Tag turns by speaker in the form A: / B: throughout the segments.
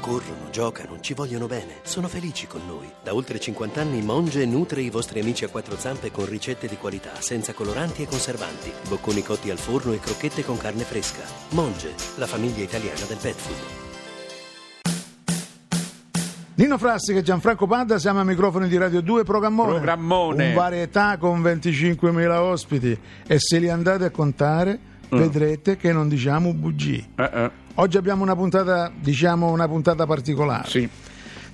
A: Corrono, giocano, ci vogliono bene, sono felici con noi. Da oltre 50 anni Monge nutre i vostri amici a quattro zampe con ricette di qualità, senza coloranti e conservanti, bocconi cotti al forno e crocchette con carne fresca. Monge, la famiglia italiana del pet food.
B: Nino Frassica e Gianfranco Panda siamo a microfoni di Radio 2 Programmone.
C: Programmone.
B: Un varietà con 25.000 ospiti e se li andate a contare
C: Mm.
B: vedrete che non diciamo bugie.
C: Eh, eh,
B: Oggi abbiamo una puntata, diciamo una puntata particolare.
C: sì.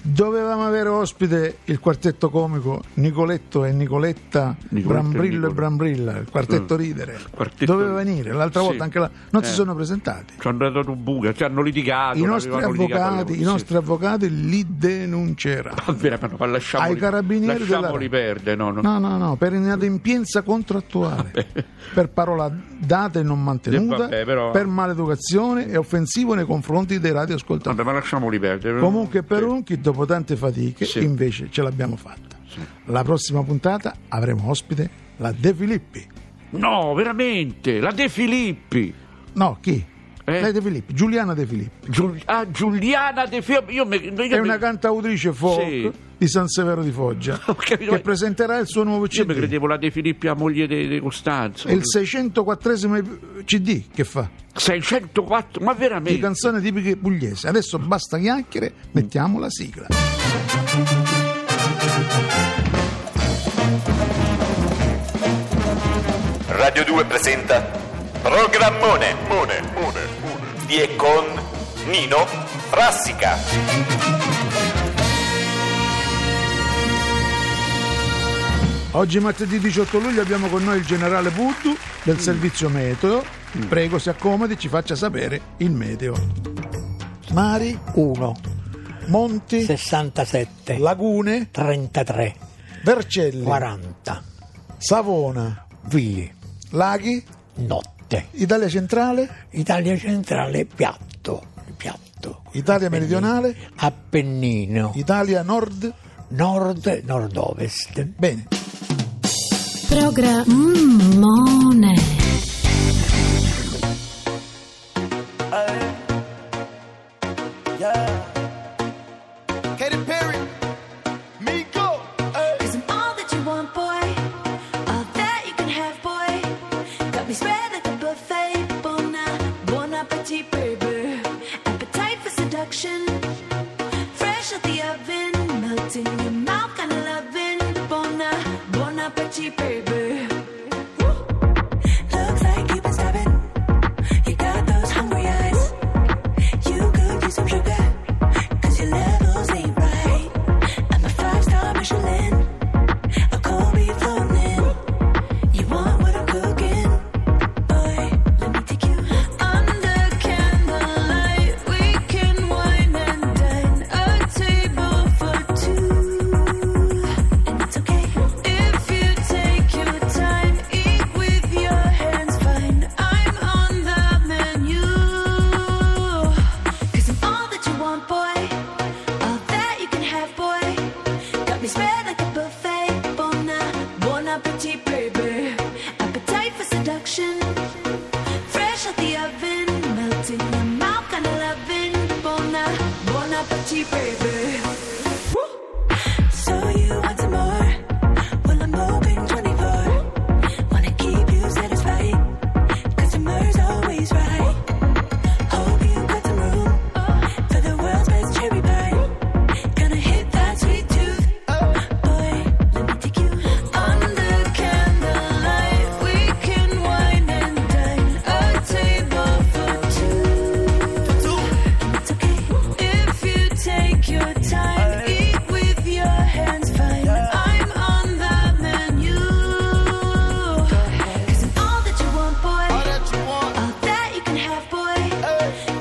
B: Dovevamo avere ospite il quartetto comico Nicoletto e Nicoletta
C: Nicoletto e
B: Brambrillo e,
C: Nicola.
B: Brambrilla, il quartetto ridere.
C: quartetto-
B: Doveva venire, l'altra
C: Sì.
B: volta anche là non si
C: Eh.
B: sono presentati.
C: Ci hanno dato un buca, ci hanno litigato.
B: I nostri
C: avevano litigato
B: avvocati,
C: alle-
B: i nostri avvocati li denunceranno.
C: Sì. Va bene, ma no, ma lasciamoli,
B: ai carabinieri della-
C: lasciamoli perdere, no, no.
B: No, no, no, per inadempienza contrattuale, per parola data e non mantenuta,
C: Eh, vabbè, però-
B: per maleducazione e offensivo nei confronti dei radioascoltatori.
C: Vabbè, ma lasciamoli perdere.
B: Comunque per
C: Sì.
B: un chi dopo tante fatiche
C: Sì.
B: invece ce l'abbiamo fatta. La prossima puntata avremo ospite la De Filippi.
C: No, veramente, la De Filippi.
B: No, chi?
C: Eh?
B: Lei De Filippi, Giuliana De Filippi.
C: Giul- ah, Giuliana De Filippi. Io me- io
B: È
C: me-
B: una cantautrice folk
C: Sì.
B: di San Severo di Foggia
C: Ho capito,
B: che
C: ma-
B: presenterà il suo nuovo
C: Io mi
B: CD.
C: credevo la De Filippi a moglie di di Costanzo.
B: È il 604 CD che fa
C: 604, ma
B: di
C: veramente.
B: canzoni tipiche pugliesi. Adesso basta chiacchiere, mettiamo la sigla.
D: Radio 2 presenta Programmone Mone, mone, mone. di e con Nino Frassica.
B: Oggi martedì 18 luglio abbiamo con noi il generale Buddu del servizio meteo. Prego si accomodi e ci faccia sapere il meteo. Mari,
E: 1
B: monti,
E: 67
B: lagune,
E: 33
B: vercelli,
E: 40
B: Savona,
E: vie
B: laghi,
E: notte
B: Italia centrale,
E: Italia centrale piatto piatto
B: Italia meridionale,
E: Appennino
B: Italia nord.
E: nord nord ovest
B: Bene,
F: Hum,
G: Programmone.
H: Katy Perry, Miko, hey.
F: Cause I'm all that you want, boy. All that you can have, boy. Got me spread like a buffet. Bon, a- bon appetit, baby. Appetite for seduction. Fresh out the oven. Melting in your mouth, kinda loving. Bon, a- bon appetit, baby. Woo. Looks like you've been starving. You got those hungry eyes. You could use some sugar, 'cause your levels ain't right. I'm a five-star Michelin, a Kobe floating in. You want what I'm cooking, boy? Let me take you under candlelight. We can wine and dine, a table for two, and it's okay if you take your time. Eat with your hands fine. I'm on the menu. Cause I'm all that you want, boy. All that you can have, boy. Got me spread like a buffet. Bon, a- bon appetit, baby. Appetite for seduction. Fresh out the oven. Melting in your mouth, kind of loving. Bon, a- bon appetit, baby. Woo! So you want some more? Well, I'm open 24. Wanna keep you satisfied. Cause your murder's always right. Hope you got some room for the world's best cherry pie. Gonna hit that sweet tooth, boy. Let me take you under candlelight. We can wine and dine, a table for two. And it's okay if you take your time. Eat with your hands fine. I'm on the menu. 'Cause I'm all that you want, boy.
H: All that you want,
F: All that you can have, boy.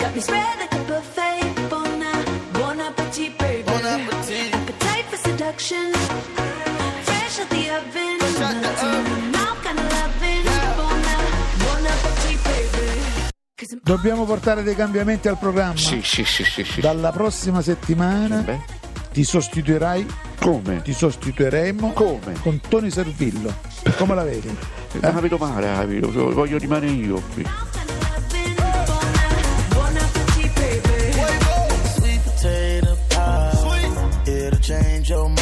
F: Got me spread like a buffet. Bon, a- bon appetit, baby.
H: Bon appetit.
F: Appetite for seduction. Fresh out the oven.
H: Fresh out the
F: Melting in your mouth, kinda loving. Bon, a- bon appetit, baby. 'Cause I'm
B: dobbiamo portare dei cambiamenti al programma.
C: Sì, sì, sì, sì, sì.
B: Dalla prossima settimana
C: Beh,
B: ti sostituirai
C: come?
B: ti sostituiremo
C: Come?
B: con Tony Servillo. Come la vedi?
C: Non capito male, capito? Voglio rimanere io qui.
F: all kinda loving. Bon, a- bon appetit, baby.
H: Quavo, sweet potato.
I: your mind.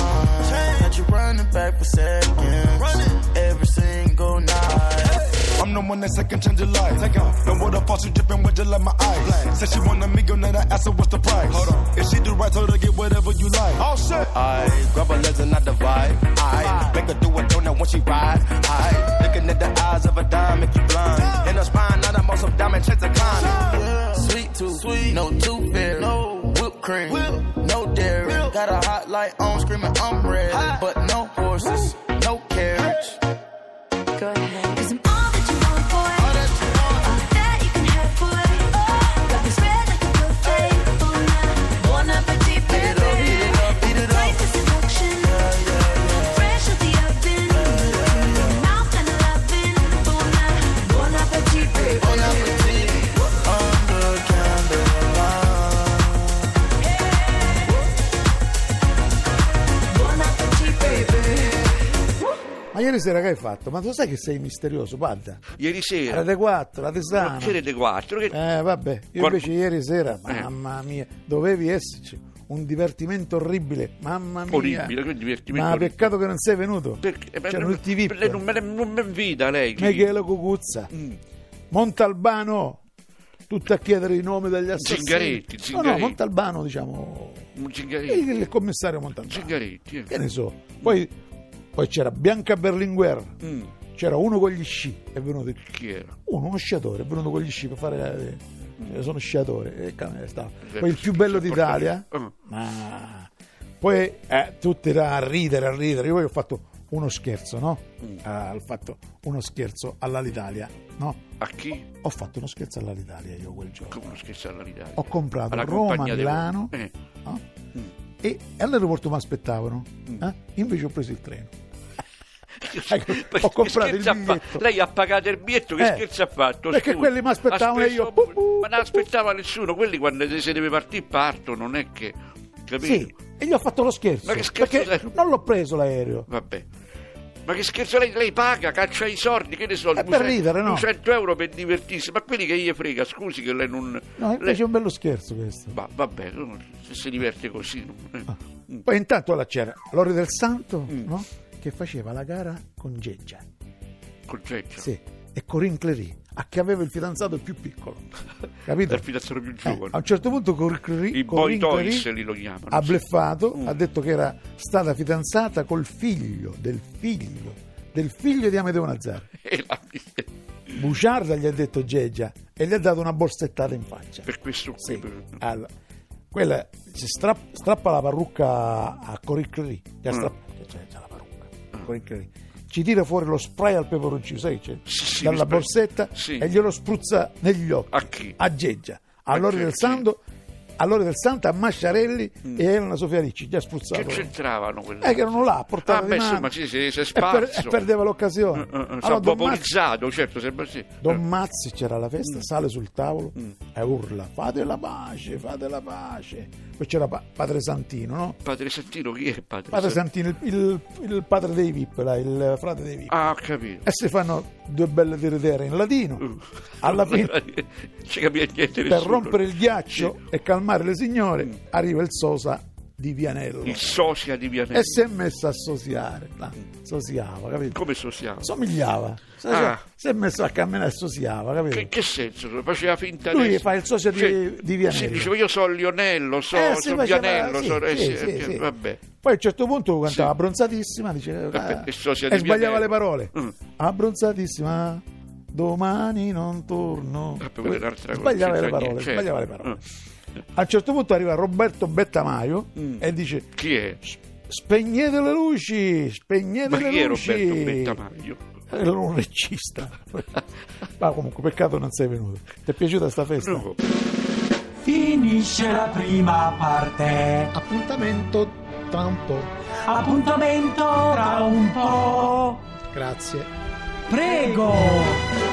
I: Had you running back for seconds. Every single night.
J: I'm the one that second change your life. The water faucet dripping with gel in my eyes. Said she want a meal, now I asked her what's the price. Hold on. If she do right, told her get whatever you like. Oh shit.
I: I grab her legs and I divide. I make her do a donut when she ride. I looking at the eyes of a dime, make you blind. In her spine, now I'm on some diamond chance to climb. Sweet tooth, sweet, no tooth fairy, no whipped cream, no dairy. Got a hot light on, screaming I'm red, but no horses, no carriage.
F: Go ahead. Cause I'm all that you want, boy. All that you want. All that you can have, boy. Oh, Got me spread like a buffet. Bon, bon appetit, baby. Appetite for seduction. Fresh out the oven. Your mouth and loving. Bon, bon appetit, baby.
I: Under candlelight.
F: Bon appetit, baby.
B: Ma ieri sera che hai fatto? Ma tu sai che sei misterioso, guarda.
C: Ieri sera.
B: La T4, la
C: Non
B: Tesana.
C: c'erete quattro. Che...
B: Ah, Eh, vabbè, io
C: Qual-
B: invece ieri sera,
C: Eh.
B: mamma mia, dovevi esserci. Un divertimento orribile, mamma mia.
C: Orribile, che divertimento
B: Ma
C: orribile.
B: peccato che non sei venuto.
C: Perché? Eh,
B: C'era
C: per-
B: il TV.
C: per Lei non me, non me invita lei. chi- Mm.
B: Michele Cucuzza, Montalbano, tutto a chiedere i nomi degli assassini.
C: Zingaretti,
B: No, no,
C: Zingaretti.
B: Montalbano, diciamo,
C: Un Zingaretti.
B: il commissario Montalbano.
C: Zingaretti. eh.
B: Che ne so. Poi, poi c'era Bianca Berlinguer,
C: Mm,
B: c'era uno con gli sci, è venuto
C: chi era?
B: uno, uno sciatore, è venuto con gli sci per fare... eh, sono sciatore, e cavolo, stava.
C: Certo,
B: Poi il più bello
C: certo,
B: d'Italia,
C: certo.
B: ma... Poi eh, tutti là a ridere, a ridere. Io poi ho fatto uno scherzo, no?
C: Mm.
B: Ah, ho fatto uno scherzo all'Alitalia, no?
C: A chi?
B: Ho fatto uno scherzo all'Italia io quel giorno.
C: Come non scherzare all'Italia?
B: Ho comprato
C: Alla
B: Roma,
C: compagnia dei-
B: Milano.
C: Eh,
B: no?
C: Mm.
B: E all'aeroporto mi aspettavano. eh? Invece ho preso il treno. Ecco,
C: Perché
B: ho comprato il
C: scherzo ha fa-
B: biglietto.
C: Lei ha pagato il biglietto, che
B: Eh,
C: scherzo ha fatto?
B: perché
C: scusi?
B: quelli mi aspettavano e
C: Aspetta,
B: io, pu- pu-
C: Ma non aspettava nessuno, quelli quando se deve partire partono, non è che... Capito?
B: Sì, e gli ho fatto lo scherzo.
C: Ma che scherzo
B: perché
C: sei?
B: non l'ho preso l'aereo.
C: Vabbè. Ma che scherzo lei, lei paga, caccia i soldi, che ne so,
B: È per
C: 200
B: ridere, no?
C: 200 euro per divertirsi, ma quelli che gli frega, scusi che lei non...
B: No, invece
C: lei-
B: è un bello scherzo questo.
C: Ma vabbè, uno se si diverte così... non-
B: Ah.
C: Mm.
B: Poi intanto alla c'era Lori del Santo, no? Che faceva la gara con Geggia.
C: Concetto.
B: Sì. E Corinne Clery, a che aveva il fidanzato più piccolo. Capito?
C: Dal fidanzato più
B: Eh,
C: giovane.
B: a un certo punto Corinne Clery,
C: I
B: Corinne
C: boy
B: Clery
C: toys li lo chiamano.
B: ha
C: sì.
B: bleffato,
C: Mm.
B: ha detto che era stata fidanzata col figlio del figlio del figlio di Amedeo Nazzaro.
C: E la-
B: Buciarda gli ha detto Geggia e gli ha dato una borsettata in faccia.
C: Per questo qui,
B: Sì.
C: per-
B: Allora, quella si stra- strappa la parrucca a Coricleri.
C: Mm.
B: cioè, C'è la parrucca. Corinne Clery. Ci tira fuori lo spray al peperoncino, sai, che c'è,
C: Sì, sì,
B: dalla
C: lo spray.
B: borsetta
C: Sì.
B: e glielo spruzza negli occhi.
C: A chi?
B: A Geggia, a
C: A
B: Lori
C: chi?
B: del
C: Sì.
B: Santo, a Lori del Santo, a Masciarelli e a Elena Sofia Ricci. Gli ha spruzzato.
C: Che c'entravano quelle?
B: Eh, che erano là, a portata
C: Ah,
B: di
C: beh,
B: mano.
C: insomma, sì, sì, si è
B: E per-
C: sparso.
B: E, perdeva l'occasione.
C: Eh, eh, eh, si è
B: Allora, Don Mazzi-
C: vaporizzato, certo, sembra sì.
B: Don Mazzi c'era la festa, sale sul tavolo
C: Mm.
B: e urla: Fate la pace, fate la pace. Poi c'era pa- Padre Santino, no?
C: Padre Santino, chi è Padre,
B: Padre
C: Santino?
B: Santino, il, il- il padre dei VIP, là, il frate dei VIP.
C: Ah, ho capito.
B: E si fanno due belle tiritere in latino. Alla fine,
C: eh, Non ci capisce niente
B: per
C: nessuno.
B: rompere il ghiaccio e calmare le signore, arriva il Sosa di Vianello
C: Il sosia di Vianello.
B: e si è messo a sosiare. là. Sosiava, capito?
C: Come sosiamo?
B: Somigliava.
C: Ah.
B: Si è messo a camminare e sosiava, capito?
C: Che, che senso? Faceva finta
B: Lui
C: di...
B: fa il sosia di- di Vianello.
C: Sì, diceva io sono Lionello, so,
B: Eh, si
C: sono
B: faceva-
C: Vianello,
B: sì,
C: sono... eh,
B: sì,
C: sì,
B: sì,
C: eh,
B: sì.
C: Vabbè.
B: Poi a un certo punto cantava
C: Sì.
B: abbronzatissima, diceva,
C: Vabbè,
B: ah,
C: che sosia
B: e
C: di
B: sbagliava
C: Vianello.
B: le parole.
C: Mm.
B: Abbronzatissima, domani non torno.
C: Vabbè, quella è un'altra cosa,
B: sbagliava
C: non
B: le
C: c'entra
B: parole,
C: niente, certo. Mm.
B: sbagliava le parole. A un certo punto arriva Roberto Bettamaio e dice
C: Chi è?
B: spegnete le luci, spegnete
C: Ma
B: le
C: chi è
B: luci.
C: Roberto Bettamaglio?
B: Era un regista. Ma comunque, peccato non sei venuto. Ti è piaciuta sta festa?
C: No.
K: Finisce la prima parte,
B: Appuntamento tra un po'.
K: appuntamento tra un po'.
B: Grazie.
K: Prego!